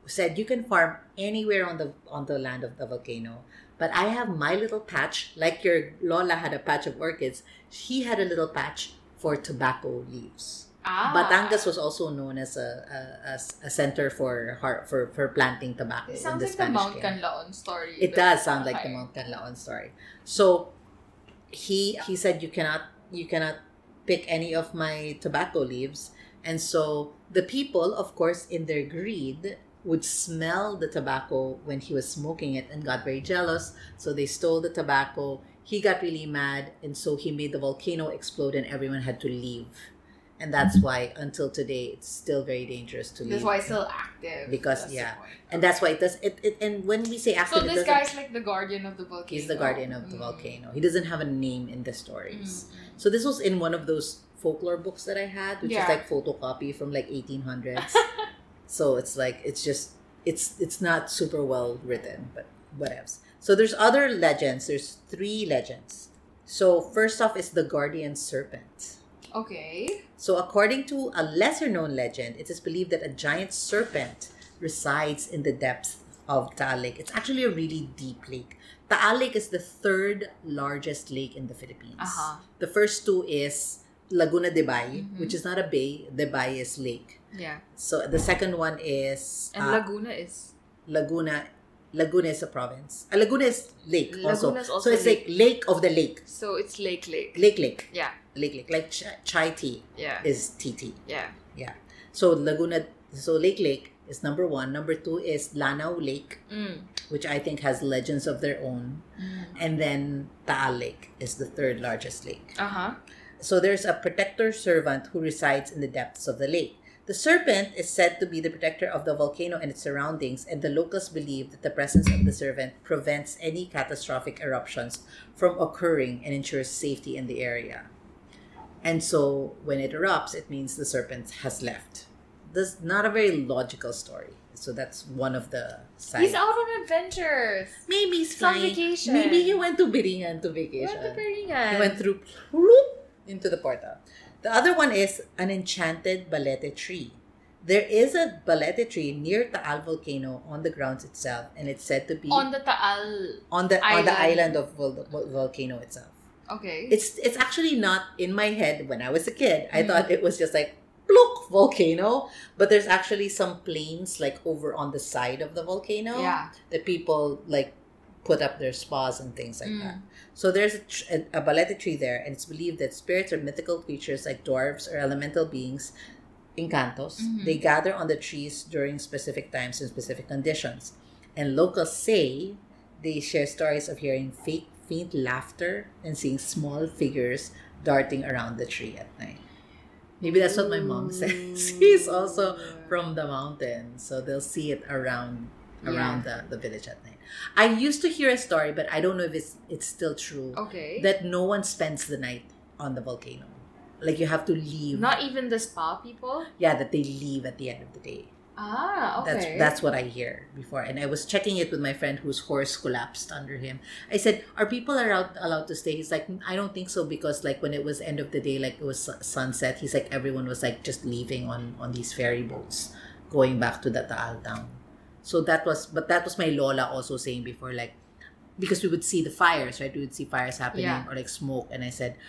S1: said you can farm anywhere on the on the land of the volcano. But I have my little patch, like your Lola had a patch of orchids. She had a little patch for tobacco leaves.
S2: Ah.
S1: Batangas was also known as a a, a, a center for, har- for for planting tobacco.
S2: It
S1: in
S2: sounds
S1: the
S2: like the
S1: Spanish
S2: Mount
S1: Kingdom.
S2: Canlaon story.
S1: It
S2: but-
S1: does sound like the
S2: Okay.
S1: Mount Canlaon story. So he he said you cannot you cannot pick any of my tobacco leaves. And so the people, of course, in their greed, would smell the tobacco when he was smoking it and got very jealous. So they stole the tobacco. He got really mad, and so he made the volcano explode, and everyone had to leave. And that's why, until today, it's still very dangerous to leave.
S2: That's why it's still active.
S1: Because,
S2: That's the
S1: yeah.
S2: point.
S1: and that's why it does. It, it and when we say active,
S2: So
S1: it
S2: this
S1: doesn't-
S2: guy's like the guardian of the volcano.
S1: He's the guardian of the
S2: Mm.
S1: volcano. He doesn't have a name in the stories. So this was in one of those folklore books that I had, which
S2: Yeah.
S1: is like photocopy from like
S2: (laughs)
S1: 1800s. so it's like it's just it's it's not super well written, but whatevs. So there's other legends. There's three legends. So first off is the guardian serpent.
S2: Mm. Okay.
S1: So according to a lesser known legend, it is believed that a giant serpent resides in the depths of Taal Lake. It's actually a really deep lake. Taal Lake is the third largest lake in the Philippines.
S2: Uh huh.
S1: The first two is Laguna de Bay,
S2: Mhm.
S1: which is not a bay. De Bay is lake.
S2: Yeah.
S1: So the second one is
S2: And
S1: uh,
S2: Laguna is.
S1: Laguna. Laguna is a province. Uh, Laguna is lake also.
S2: Laguna's
S1: So
S2: also
S1: it's like lake of the lake.
S2: So it's Lake Lake.
S1: Lake lake.
S2: Yeah.
S1: Lake lake. Like Ch- chai tea
S2: Yeah.
S1: is TT.
S2: yeah.
S1: So Laguna, so Lake Lake is number one. Number two is Lanao Lake,
S2: Mm.
S1: which I think has legends of their own, and then Taal Lake is the third largest lake.
S2: Uh huh.
S1: So there's a protector servant who resides in the depths of the lake. The serpent is said to be the protector of the volcano and its surroundings, and the locals believe that the presence of the servant prevents any catastrophic eruptions from occurring and ensures safety in the area. And so when it erupts, it means the serpent has left. This not a very logical story. So that's one of the
S2: He's
S1: sides.
S2: out on adventures.
S1: Maybe he's
S2: He's on
S1: flying.
S2: vacation.
S1: Maybe he went to Biringan to vacation.
S2: What the
S1: He
S2: Peringan?
S1: went through ploop, into the portal. The other one is an enchanted balete tree. There is a balete tree near Taal volcano on the grounds itself, and it's said to be
S2: on the Taal.
S1: on the on the
S2: island.
S1: island of vol- vol- volcano itself.
S2: Okay.
S1: It's it's actually not in my head. When I was a kid, I
S2: Mm.
S1: thought it was just like plook volcano, but there's actually some plains like over on the side of the volcano
S2: yeah.
S1: that people like put up their spas and things like
S2: Mm.
S1: that. So there's a, tr- a, a balete tree there, and it's believed that spirits or mythical creatures like dwarves or elemental beings, encantos,
S2: Mhm.
S1: they gather on the trees during specific times and specific conditions. And locals say they share stories of hearing faint, faint laughter and seeing small figures darting around the tree at night. Maybe that's what my mom says. (laughs) She's also from the mountain, so they'll see it around around the, the village at night. I used to hear a story, but I don't know if it's it's still true
S2: Okay.
S1: that no one spends the night on the volcano. Like you have to leave.
S2: Not even the spa people.
S1: yeah, that they leave at the end of the day.
S2: Ah. Okay.
S1: That's that's what I hear before. And I was checking it with my friend whose horse collapsed under him. I said, "Are people allowed allowed to stay?" He's like, "Mm, "I don't think so because like when it was end of the day, like it was su- sunset. He's like everyone was like just leaving on on these ferry boats, going back to the Taal town. So that was, but that was my Lola also saying before like because we would see the fires, right? We would see fires happening
S2: Yeah.
S1: or like smoke, and I said,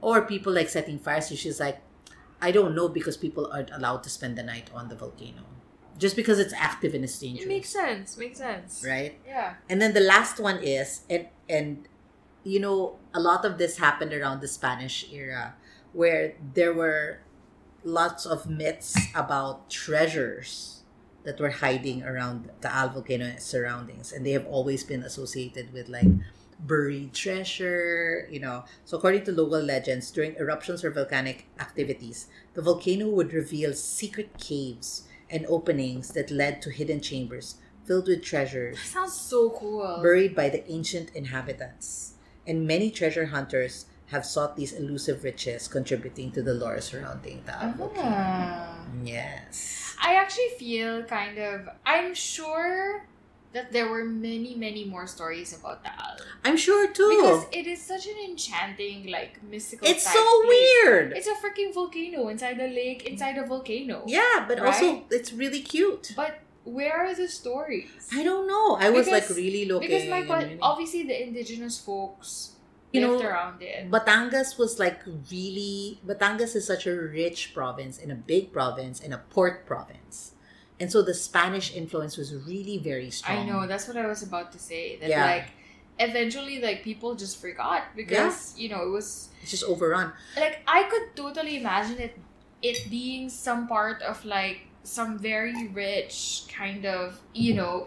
S1: or people like setting fires. So she's like, I don't know because people aren't allowed to spend the night on the volcano just because it's active and it's dangerous,
S2: It makes sense. Makes sense.
S1: right?
S2: Yeah.
S1: And then the last one is and and you know a lot of this happened around the Spanish era where there were lots of myths about treasures that were hiding around the Taal volcano and its surroundings and they have always been associated with like buried treasure, you know. So according to local legends, during eruptions or volcanic activities, the volcano would reveal secret caves and openings that led to hidden chambers filled with treasures
S2: That sounds so cool.
S1: buried by the ancient inhabitants. And many treasure hunters have sought these elusive riches, contributing to the lore surrounding the
S2: Ah.
S1: volcano. Yes.
S2: I actually feel kind of. I'm sure that there were many, many more stories about Taal
S1: I'm sure too.
S2: because it is such an enchanting, like mystical.
S1: it's
S2: type
S1: so
S2: place.
S1: weird.
S2: It's a freaking volcano inside a lake, inside a volcano.
S1: yeah, but also
S2: Right?
S1: it's really cute.
S2: But where are the stories?
S1: I don't know. I was
S2: Because-
S1: like really looking.
S2: because my
S1: and
S2: que-
S1: really-
S2: obviously the indigenous folks
S1: You
S2: lived
S1: know,
S2: around it.
S1: Batangas was like really Batangas is such a rich province and a big province and a port province. And so the Spanish influence was really very strong.
S2: I know that's what I was about to say. That
S1: um, Yeah.
S2: like eventually like people just forgot because you know it was
S1: It's just overrun.
S2: like I could totally imagine it it being some part of like some very rich kind of you know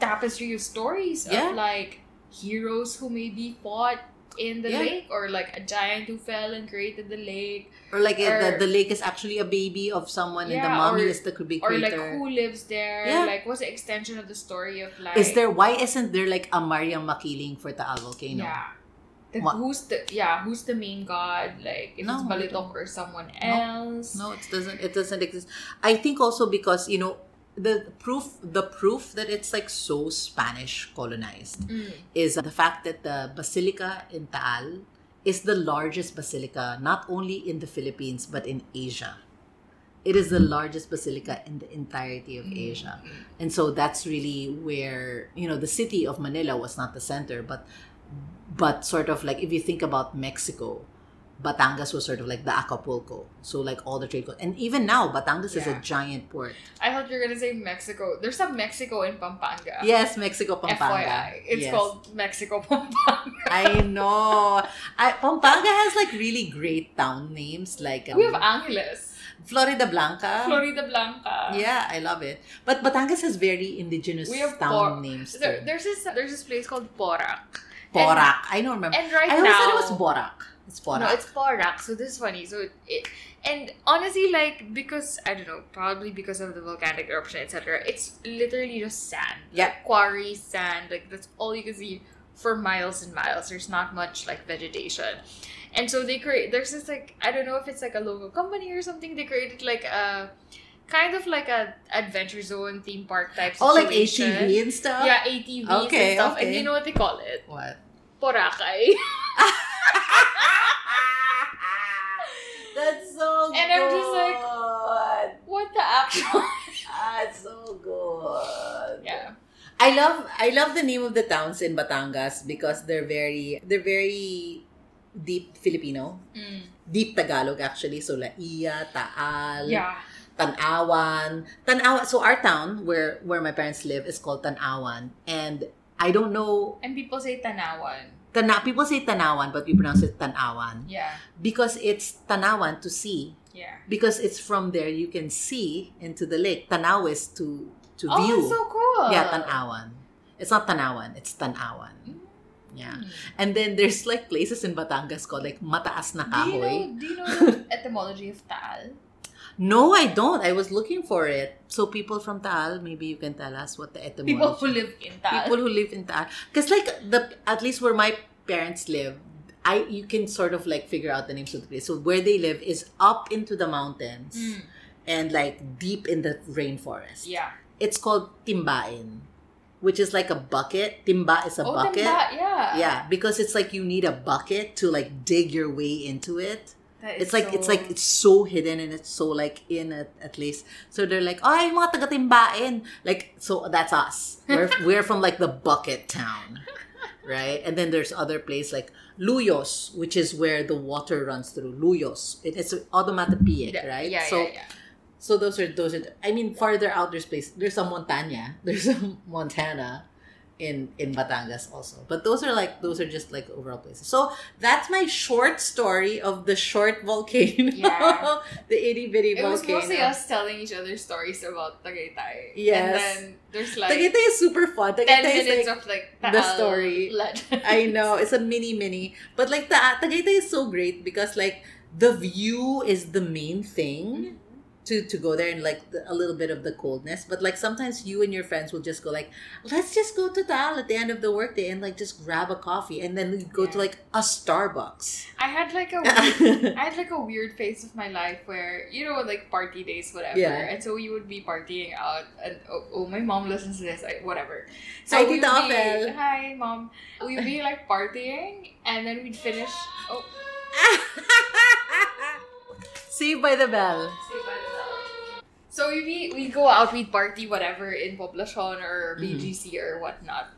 S2: tapestry of stories
S1: Yeah.
S2: of like heroes who maybe fought in the
S1: Yeah.
S2: lake or like a giant who fell and created the lake
S1: Or like it-
S2: Or-
S1: the, the lake is actually a baby of someone and the
S2: Yeah,
S1: mommy
S2: or-
S1: is the could be
S2: or
S1: creator.
S2: like who lives there
S1: Yeah.
S2: like what's the extension of the story of like
S1: Is there why isn't there like a Mariam Makiling for Taal volcano?
S2: yeah the,
S1: What?
S2: who's the yeah who's the main god like if
S1: No,
S2: it's
S1: we
S2: Balitok
S1: don't.
S2: or someone
S1: No,
S2: else
S1: No, it doesn't it doesn't exist. I think also because, you know, the proof the proof that it's like so Spanish colonized
S2: Mm.
S1: is the fact that the basilica in Taal is the largest basilica not only in the Philippines but in Asia. It is the largest basilica in the entirety of Asia. And so that's really where, you know, the city of Manila was not the center, but but sort of like if you think about Mexico, Batangas was sort of like the Acapulco. So like all the trade co- and even now Batangas is a
S2: Yeah.
S1: giant port.
S2: I thought you were gonna say Mexico there's some Mexico in Pampanga
S1: Yes, Mexico Pampanga.
S2: FYI it's
S1: Yes.
S2: called Mexico Pampanga
S1: I know. I, Pampanga has like really great town names like um,
S2: we have Angeles
S1: Florida Blanca.
S2: Florida Blanca
S1: Um, yeah, I love it. But Batangas has very indigenous
S2: We have
S1: town
S2: Por-
S1: names.
S2: There-
S1: too.
S2: there's this there's this place called Porak
S1: Borac. I don't remember.
S2: and right
S1: Um, I always
S2: now
S1: thought it was Borac. It's Borac.
S2: No, it's Porak. So this is funny. So it, it and honestly, like because I don't know, probably because of the volcanic eruption, etc. It's literally just sand.
S1: Yeah.
S2: Like, quarry sand. Like that's all you can see for miles and miles. There's not much like vegetation. And so they create. There's this like I don't know if it's like a local company or something. They created like a kind of like a adventure zone theme park type.
S1: All Oh, like
S2: situation.
S1: ATV and stuff.
S2: Yeah, ATVs
S1: Okay,
S2: and stuff. And
S1: okay.
S2: you know what they call it?
S1: What? (laughs)
S2: Porakay.
S1: That's so
S2: And I'm just like-
S1: like,
S2: (laughs) what the actual?
S1: that's so good.
S2: yeah.
S1: I love I love the name of the towns in Batangas because they're very they're very deep Filipino,
S2: Mm.
S1: deep Tagalog actually. So Laia, Taal,
S2: Yeah.
S1: Tanawan. Tanawan. So our town where where my parents live is called Tanawan, and I don't know.
S2: And people say Tanawan.
S1: Tana, people say Tanawan, but we pronounce it Tanawan
S2: Yeah.
S1: because it's Tanawan to see.
S2: Yeah.
S1: Because it's from there you can see into the lake. Tanaw is to to
S2: oh,
S1: view.
S2: that's so cool.
S1: Yeah, Tanawan. It's not Tanawan. It's Tanawan.
S2: Mm.
S1: Yeah.
S2: Mm.
S1: And then there's like places in Batangas called like Mataas na
S2: Mm. Do you
S1: Kahoy.
S2: know, do you know the (laughs) etymology of Taal?
S1: No, I don't. I was looking for it. So people from Taal, maybe you can tell us what the etymology.
S2: People who live in Taal.
S1: people who live in Taal. Because like the at least where my parents live, I you can sort of like figure out the names of the place. So where they live is up into the mountains
S2: Mm.
S1: and like deep in the rainforest.
S2: Yeah.
S1: It's called timbain, which is like a bucket. Timba is a
S2: oh,
S1: bucket.
S2: Timba- yeah.
S1: Yeah, because it's like you need a bucket to like dig your way into it.
S2: That
S1: It's
S2: is
S1: like it's
S2: so-
S1: like it's so hidden and it's so like in at, at least. So they're like, "Ay, mga taga-timbain." Like so that's us. We're (laughs) we're from like the bucket town. Right? And then there's other place like Luyos, which is where the water runs through. Luyos. It, it's Odomatapiec,
S2: Yeah,
S1: right?
S2: Yeah,
S1: so
S2: yeah, yeah.
S1: so those are those are I mean farther out there's place there's some Montana. (laughs) There's some Montana in in Batangas also. But those are like those are just like overall places. So that's my short story of the short volcano.
S2: Yeah.
S1: (laughs) the itty bitty
S2: It
S1: volcano.
S2: was mostly us telling each other stories about Tagaytay.
S1: Yes.
S2: And then there's like
S1: Tagaytay is super fun.
S2: 10
S1: Tagaytay
S2: minutes
S1: is like,
S2: of like
S1: the
S2: Taal
S1: story.
S2: legend.
S1: (laughs) I know it's a mini mini, but like the Tagaytay is so great because like the view is the main thing. to to go there and like the, a little bit of the coldness but like sometimes you and your friends will just go like let's just go to Taal at the end of the workday and like just grab a coffee and then we go to
S2: Yeah.
S1: like a Starbucks
S2: (laughs)
S1: (laughs)
S2: I had like a weird
S1: yeah
S2: I had like a weird phase of my life where you know like party days whatever
S1: Yeah.
S2: and so we would be partying out and oh, oh my mom listens to this I, whatever so
S1: Hi,
S2: we would
S1: Tita
S2: be,
S1: Opel.
S2: hi mom we would be like partying and then we'd finish oh
S1: Saved by the Bell
S2: say bye to that. So we meet- we go out, we party, whatever, in Poblacion or
S1: Mm-hmm.
S2: BGC or whatnot.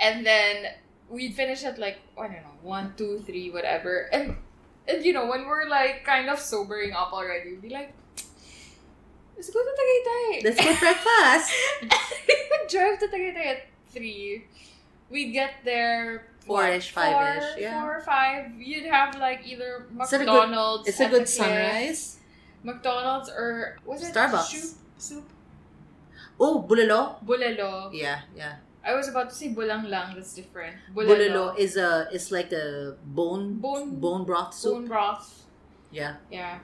S2: And then we'd finish at like, I don't know, one, two, three, whatever. And, and you know, when we're like kind of sobering up already, we'd be like, let's go to
S1: (laughs)
S2: Tagaytay.
S1: Let's get breakfast.
S2: And we would (laughs) drive to Tagaytay at 3. We'd get there. what,
S1: Four-ish, five-ish,
S2: four-
S1: yeah.
S2: Four or five. You'd have like either
S1: Is it a good-
S2: McDonald's.
S1: It's a
S2: at the
S1: good
S2: cliff,
S1: sunrise.
S2: McDonald's or was it
S1: Starbucks.
S2: Soup, soup,
S1: Oh, Bulalo.
S2: bulalo.
S1: Yeah, yeah.
S2: I was about to say bulang lang. That's different.
S1: Bulalo is a is like a bone
S2: Bone-
S1: bone broth soup.
S2: Bone broth.
S1: Yeah,
S2: Yeah,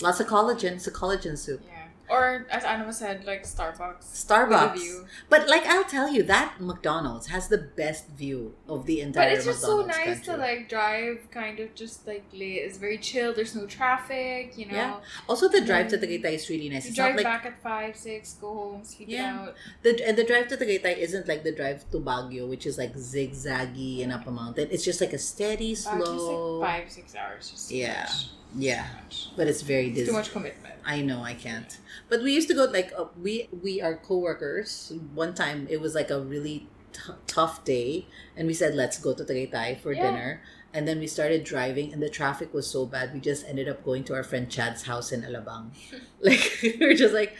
S1: lots of collagen. It's a collagen soup.
S2: yeah. Or as Anna said, like Starbucks.
S1: Starbucks.
S2: With a view.
S1: But like I'll tell you, that McDonald's has the best view of the entire.
S2: But it's just so
S1: McDonald's
S2: nice
S1: country.
S2: to like drive, kind of just like late. It's very chill. There's no traffic. You know.
S1: Yeah. Also, the drive to Tagaytay is really nice.
S2: You
S1: It's
S2: Mm. drive
S1: not like
S2: back at five, six, go home, sleep it
S1: Yeah.
S2: out.
S1: the and the drive to Tagaytay isn't like the drive to Baguio, which is like zigzaggy and up a mountain. It's just like a steady,
S2: Uh, just
S1: slow.
S2: like five, six hours. Just too
S1: Yeah.
S2: much.
S1: yeah,
S2: Too much.
S1: but it's very
S2: It's
S1: dizzy.
S2: too much commitment.
S1: I know I can't. But we used to go like uh, we we are coworkers. One time it was like a really t- tough day, and we said let's go to Tagaytay for
S2: Yeah.
S1: dinner. And then we started driving, and the traffic was so bad. We just ended up going to our friend Chad's house in Alabang. like (laughs) we were just like,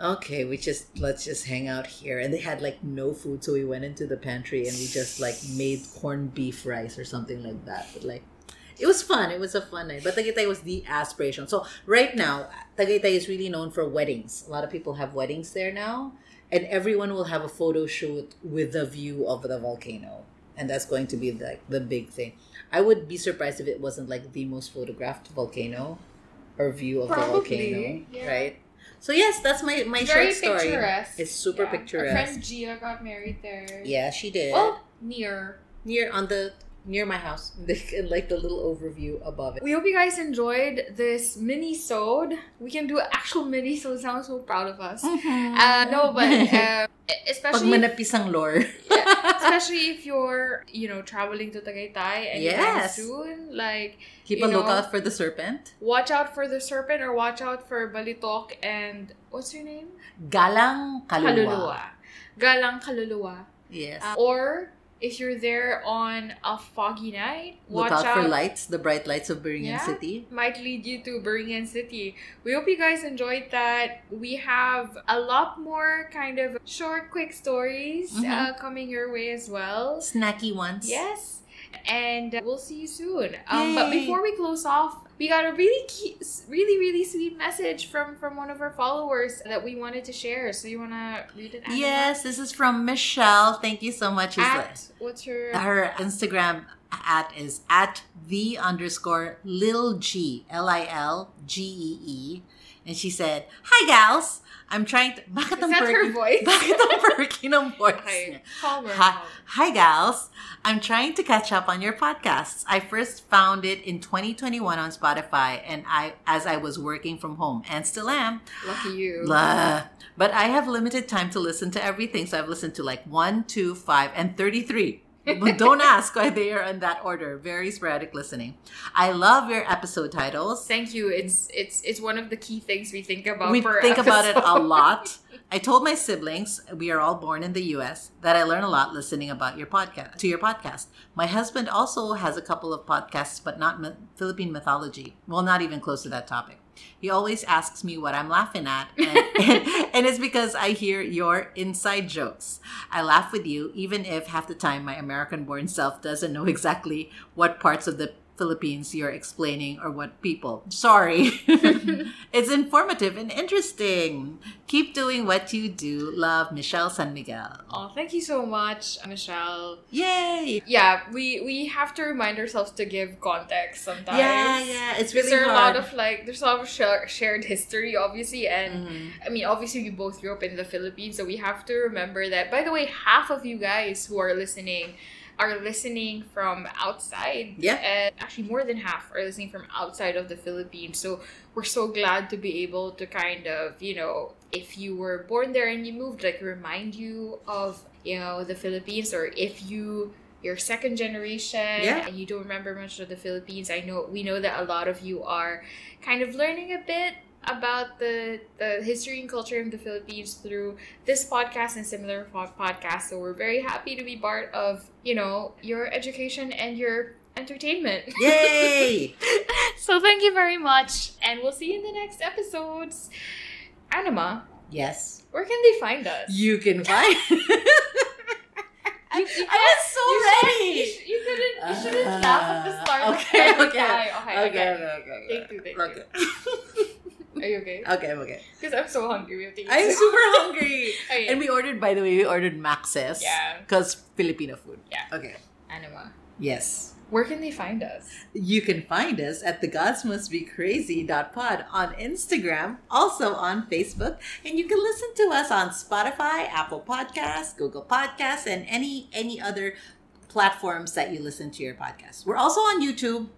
S1: okay, we just let's just hang out here. And they had like no food, so we went into the pantry and we just like made corned beef rice or something like that. But like. It was fun. It was a fun night. But Tagaytay was the aspiration. So right now, Tagaytay is really known for weddings. A lot of people have weddings there now, and everyone will have a photo shoot with the view of the volcano, and that's going to be like the big thing. I would be surprised if it wasn't like the most photographed volcano or view of the
S2: Probably,
S1: volcano,
S2: yeah.
S1: right? So yes, that's my my
S2: Very
S1: short story.
S2: picturesque.
S1: It's super
S2: Yeah.
S1: picturesque.
S2: Our friend Gia got married there.
S1: Yeah, she did.
S2: Well, near.
S1: near on the near my house, (laughs) and like the little overview above it.
S2: We hope you guys enjoyed this mini sode. We can do actual mini sodes. I'm so proud of us.
S1: Mm-hmm.
S2: Uh, no,
S1: (laughs)
S2: but um,
S1: Pag
S2: especially
S1: manapis ang lore. (laughs)
S2: especially if you're you know traveling to Tagaytay and
S1: Yes.
S2: soon, like
S1: Keep
S2: You
S1: a
S2: know-
S1: lookout for the serpent.
S2: watch out for the serpent or watch out for Balitok and what's her name
S1: Galang Kaluluwa.
S2: Kaluluwa, Galang Kaluluwa.
S1: Yes.
S2: Uh, or if you're there on a foggy night,
S1: Look
S2: watch
S1: out, for lights, the bright lights of Biringan
S2: Yeah.
S1: City.
S2: might lead you to Bergen City. We hope you guys enjoyed that. We have a lot more kind of short, quick stories
S1: Mhm.
S2: uh, coming your way as well.
S1: Snacky ones.
S2: Yes. And uh, we'll see you soon. Um, but
S1: Yay.
S2: before we close off, we got a really, key, really, really sweet message from from one of our followers that we wanted to share. So you wanna read it? Anna?
S1: Yes, this is from Michelle. Thank you so much. She's
S2: At, what's your?
S1: like- her Instagram at is at the underscore lil g l i l g e e, and she said, "Hi gals, I'm trying to." Bakit
S2: Is
S1: ang
S2: that her
S1: (laughs) perky?
S2: voice?
S1: Bakit ang perky ng voice niya?
S2: (laughs) Okay, calmer.
S1: Hi,
S2: calmer.
S1: hi, gals. I'm trying to catch up on your podcasts. I first found it in 2021 on Spotify, and I as I was working from home and still am.
S2: Lucky you.
S1: Blah. But I have limited time to listen to everything, so I've listened to like one, two, five, and 33. But don't (laughs) ask why they are in that order. Very sporadic listening. I love your episode titles.
S2: Thank you. It's it's it's one of the key things we think about.
S1: we
S2: for
S1: think about it a
S2: (laughs) episode.
S1: lot. I told my siblings, we are all born in the US, that I learn a lot listening about your podcast to your podcast. My husband also has a couple of podcasts, but not myth- Philippine mythology. Well, not even close to that topic. He always asks me what I'm laughing
S2: (laughs)
S1: at, and, and, and it's because I hear your inside jokes. I laugh with you, even if half the time my American born self doesn't know exactly what parts of the Philippines you're explaining or what people. Sorry.
S2: (laughs)
S1: it's informative and interesting. Keep doing what you do. Love, Michelle San Miguel.
S2: Oh, thank you so much, Michelle.
S1: Yay!
S2: Yeah, we we have to remind ourselves to give context sometimes.
S1: Yeah, yeah. It's really
S2: Because there are a lot
S1: hard.
S2: of like, there's a lot of shar- shared history, obviously, and
S1: Mhm.
S2: I mean, obviously, we both grew up in the Philippines, so we have to remember that. By the way, half of you guys who are listening are listening from outside.
S1: Yeah.
S2: And actually, more than half are listening from outside of the Philippines. So we're so glad to be able to kind of, you know, if you were born there and you moved, like remind you of, you know, the Philippines, or if you. Your second generation,
S1: Yeah.
S2: and you don't remember much of the Philippines. I know we know that a lot of you are kind of learning a bit about the, the history and culture of the Philippines through this podcast and similar po- podcasts. So we're very happy to be part of, you know, your education and your entertainment.
S1: Yay! (laughs)
S2: (laughs) so thank you very much, and we'll see you in the next episodes. Anima,
S1: yes.
S2: where can they find us?
S1: You
S2: (laughs)
S1: can find. (laughs)
S2: You- you
S1: I was so
S2: You
S1: ready.
S2: shouldn't, you shouldn't, you
S1: Uh,
S2: shouldn't laugh at the start
S1: okay,
S2: of every
S1: okay.
S2: time. Okay,
S1: okay,
S2: okay.
S1: okay, okay.
S2: Take two, take two.
S1: Okay.
S2: Are you okay?
S1: Okay, I'm okay.
S2: Because I'm so hungry. We have to eat
S1: I'm
S2: soon.
S1: super hungry.
S2: (laughs) Okay.
S1: And we ordered, by the way, we ordered Max's.
S2: Yeah.
S1: Because Filipino food.
S2: Yeah.
S1: Okay.
S2: Anima,
S1: Yes.
S2: where can they find us?
S1: You can find us at the gods must be crazy.pod on Instagram, also on Facebook, and you can listen to us on Spotify, Apple Podcasts, Google Podcasts, and any any other platforms that you listen to your podcast. We're also on YouTube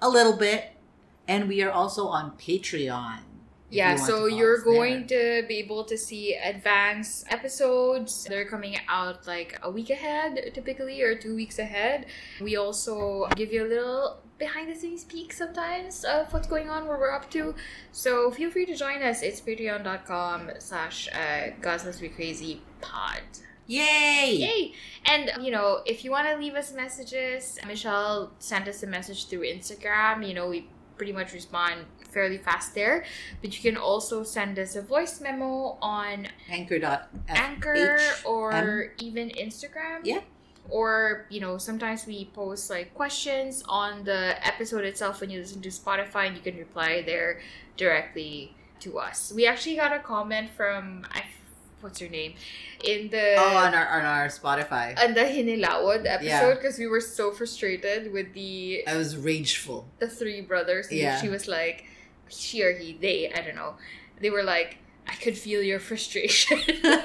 S1: a little bit, and we are also on Patreon. if
S2: Yeah,
S1: you want to
S2: so
S1: follow
S2: you're
S1: us there.
S2: going to be able to see advanced episodes. They're coming out like a week ahead, typically, or two weeks ahead. We also give you a little behind the scenes peek sometimes of what's going on, what we're up to. So feel free to join us. It's patreon.com slash uh, gods must be crazy pod.
S1: Yay!
S2: Yay! And you know, if you want to leave us messages, Michelle sent us a message through Instagram. You know, we pretty much respond fairly fast there. But you can also send us a voice memo on
S1: Anchor dot F-
S2: Anchor
S1: H-
S2: or
S1: M.
S2: even Instagram.
S1: Yeah.
S2: Or, you know, sometimes we post like questions on the episode itself when you listen to Spotify and you can reply there directly to us. We actually got a comment from I what's her name? In the
S1: Oh, on our on our Spotify.
S2: and the Hinilawad episode because we were so frustrated with the
S1: I was rageful.
S2: the three brothers. And
S1: Yeah.
S2: She was like, she or he, they, I don't know. They were like, I could feel your
S1: (laughs)
S2: frustration.
S1: Because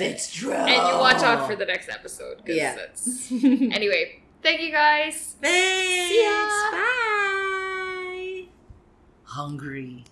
S2: and,
S1: it's true.
S2: and you watch out for
S1: (laughs)
S2: the next episode. 'cause
S1: Yeah.
S2: That's, anyway, thank you guys.
S1: Thanks.
S2: See ya.
S1: Bye. Hungry.